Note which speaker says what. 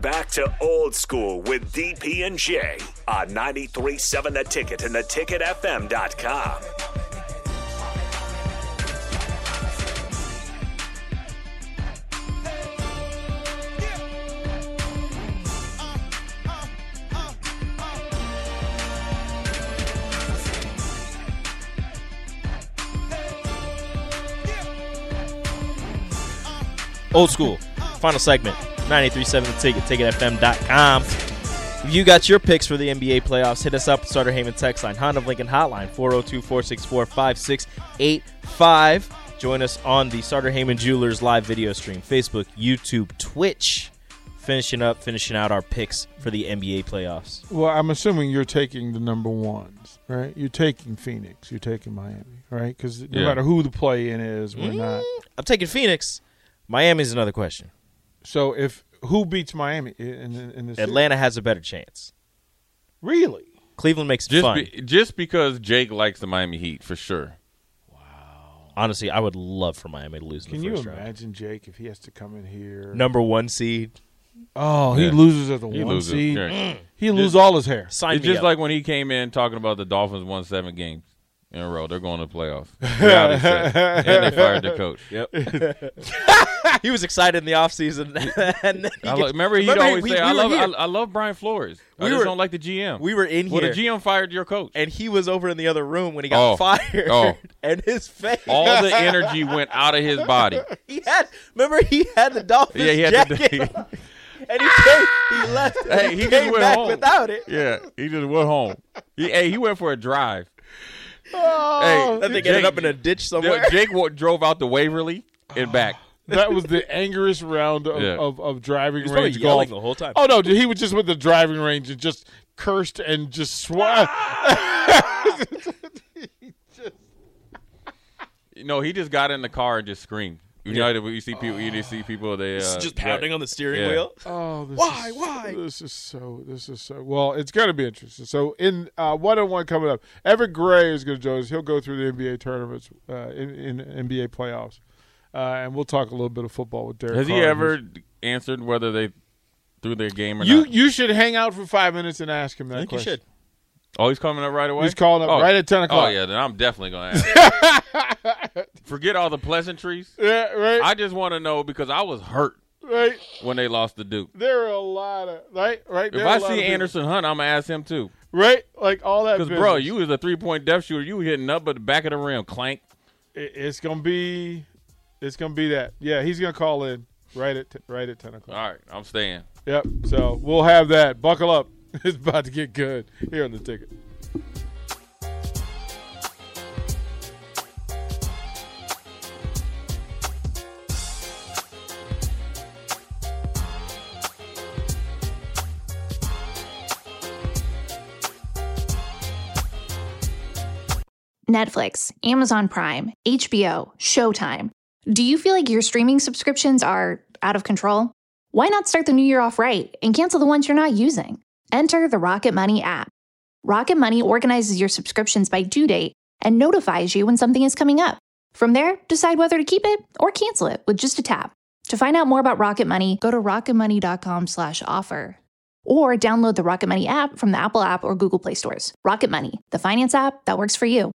Speaker 1: back to old school with DP and J on 93.7 The Ticket and theticketfm.com.
Speaker 2: Old school. Final segment. 937 the ticket, ticketfm.com. If you got your picks for the NBA playoffs, hit us up, Starter Heyman text line, Honda of Lincoln hotline, 402 464 5685. Join us on the Starter Heyman Jewelers live video stream, Facebook, YouTube, Twitch. Finishing up, finishing out our picks for the NBA playoffs.
Speaker 3: Well, I'm assuming you're taking the number ones, right? You're taking Phoenix. You're taking Miami, right? Because no
Speaker 4: Yeah.
Speaker 3: matter who the play in is, we're not.
Speaker 2: I'm taking Phoenix. Miami's another question.
Speaker 3: So if who beats Miami in, in, in this? series?
Speaker 2: Atlanta has a better chance.
Speaker 3: Really?
Speaker 2: Cleveland makes it
Speaker 4: Just
Speaker 2: fun.
Speaker 4: be, just because Jake likes the Miami Heat for sure.
Speaker 2: Honestly, I would love for Miami to lose in
Speaker 3: Can
Speaker 2: the
Speaker 3: you
Speaker 2: first round.
Speaker 3: imagine Jake if he has to come in here?
Speaker 2: Number one seed.
Speaker 3: Oh, he
Speaker 4: Yeah.
Speaker 3: loses at the
Speaker 4: He
Speaker 3: one
Speaker 4: loses.
Speaker 3: seed.
Speaker 4: Yeah.
Speaker 3: He lose all his hair.
Speaker 2: Mm. Sign
Speaker 4: It's
Speaker 2: me
Speaker 4: just
Speaker 2: up.
Speaker 4: like when he came in talking about the Dolphins won seven games in a row. They're going to the playoffs. Reality check. and they fired the coach. Yep.
Speaker 2: he was excited in the offseason. and then he
Speaker 4: I
Speaker 2: gets-
Speaker 4: lo- remember he'd
Speaker 2: remember
Speaker 4: always
Speaker 2: we-
Speaker 4: say,
Speaker 2: we
Speaker 4: "I
Speaker 2: were
Speaker 4: love,
Speaker 2: here.
Speaker 4: I, I love Brian Flores. I
Speaker 2: We
Speaker 4: just
Speaker 2: were-
Speaker 4: don't like the GM."
Speaker 2: we were in
Speaker 4: well,
Speaker 2: here,
Speaker 4: the GM fired your coach.
Speaker 2: and he was over in the other room when he got
Speaker 4: Oh.
Speaker 2: fired.
Speaker 4: Oh.
Speaker 2: And his face.
Speaker 4: All the energy went out of his body.
Speaker 2: He had, remember, he had the Dolphins
Speaker 4: Yeah, he had to.
Speaker 2: jacket. and he came, he left. and
Speaker 4: Hey,
Speaker 2: he,
Speaker 4: he just
Speaker 2: came
Speaker 4: went
Speaker 2: back
Speaker 4: home.
Speaker 2: without it.
Speaker 4: yeah, he just went home. He, hey, he went for a drive. hey,
Speaker 2: Oh, That thing ended up in a ditch somewhere.
Speaker 4: Jake, Jake wa- drove out to Waverly and back.
Speaker 3: that was the angriest round of,
Speaker 4: Yeah.
Speaker 3: of, of driving
Speaker 2: was probably
Speaker 3: range
Speaker 2: yelling
Speaker 3: golf.
Speaker 2: the whole time.
Speaker 3: Oh no, dude, he was just with the driving range and just cursed and just swore.
Speaker 4: No, he just got in the car and just screamed. You know, you see people, you just see people. They uh,
Speaker 2: just pounding
Speaker 4: yeah.
Speaker 2: on the steering
Speaker 4: Yeah.
Speaker 2: wheel.
Speaker 3: Oh, this
Speaker 2: Why?
Speaker 3: Is,
Speaker 2: Why?
Speaker 3: This is so. This is so. Well, it's going to be interesting. So, in one on one coming up, Everett Gray is going to join us. He'll go through the NBA tournaments, uh, in, in NBA playoffs, uh, and we'll talk a little bit of football with Derek.
Speaker 4: Has he
Speaker 3: Carr.
Speaker 4: ever answered whether they threw their game or
Speaker 3: You
Speaker 4: not?
Speaker 3: you should hang out for five minutes and ask him that
Speaker 2: I think you
Speaker 3: question.
Speaker 2: should.
Speaker 4: Oh, he's coming up right away.
Speaker 3: He's calling up
Speaker 4: Oh.
Speaker 3: right at ten o'clock.
Speaker 4: Oh yeah, then I'm definitely gonna ask. Forget all the pleasantries.
Speaker 3: Yeah, right.
Speaker 4: I just want to know because I was hurt
Speaker 3: right.
Speaker 4: when they lost to Duke.
Speaker 3: There are a lot of right, right.
Speaker 4: If
Speaker 3: there are a
Speaker 4: I
Speaker 3: lot of
Speaker 4: see
Speaker 3: people.
Speaker 4: Anderson Hunt, I'm gonna ask him too.
Speaker 3: right, like all that.
Speaker 4: Because bro,
Speaker 3: business.
Speaker 4: you was a three point depth shooter. You were hitting up at the back of the rim, clank.
Speaker 3: It- it's gonna be, it's gonna be that. Yeah, he's gonna call in right at t- right at ten o'clock.
Speaker 4: All right, I'm staying.
Speaker 3: Yep. So we'll have that. Buckle up. It's about to get good here on the ticket.
Speaker 5: Netflix, Amazon Prime, HBO, Showtime. Do you feel like your streaming subscriptions are out of control? Why not start the new year off right and cancel the ones you're not using? Enter the Rocket Money app. Rocket Money organizes your subscriptions by due date and notifies you when something is coming up. From there, decide whether to keep it or cancel it with just a tap. To find out more about Rocket Money, go to rocketmoney.com/offer or download the Rocket Money app from the Apple app or Google Play stores. Rocket Money, the finance app that works for you.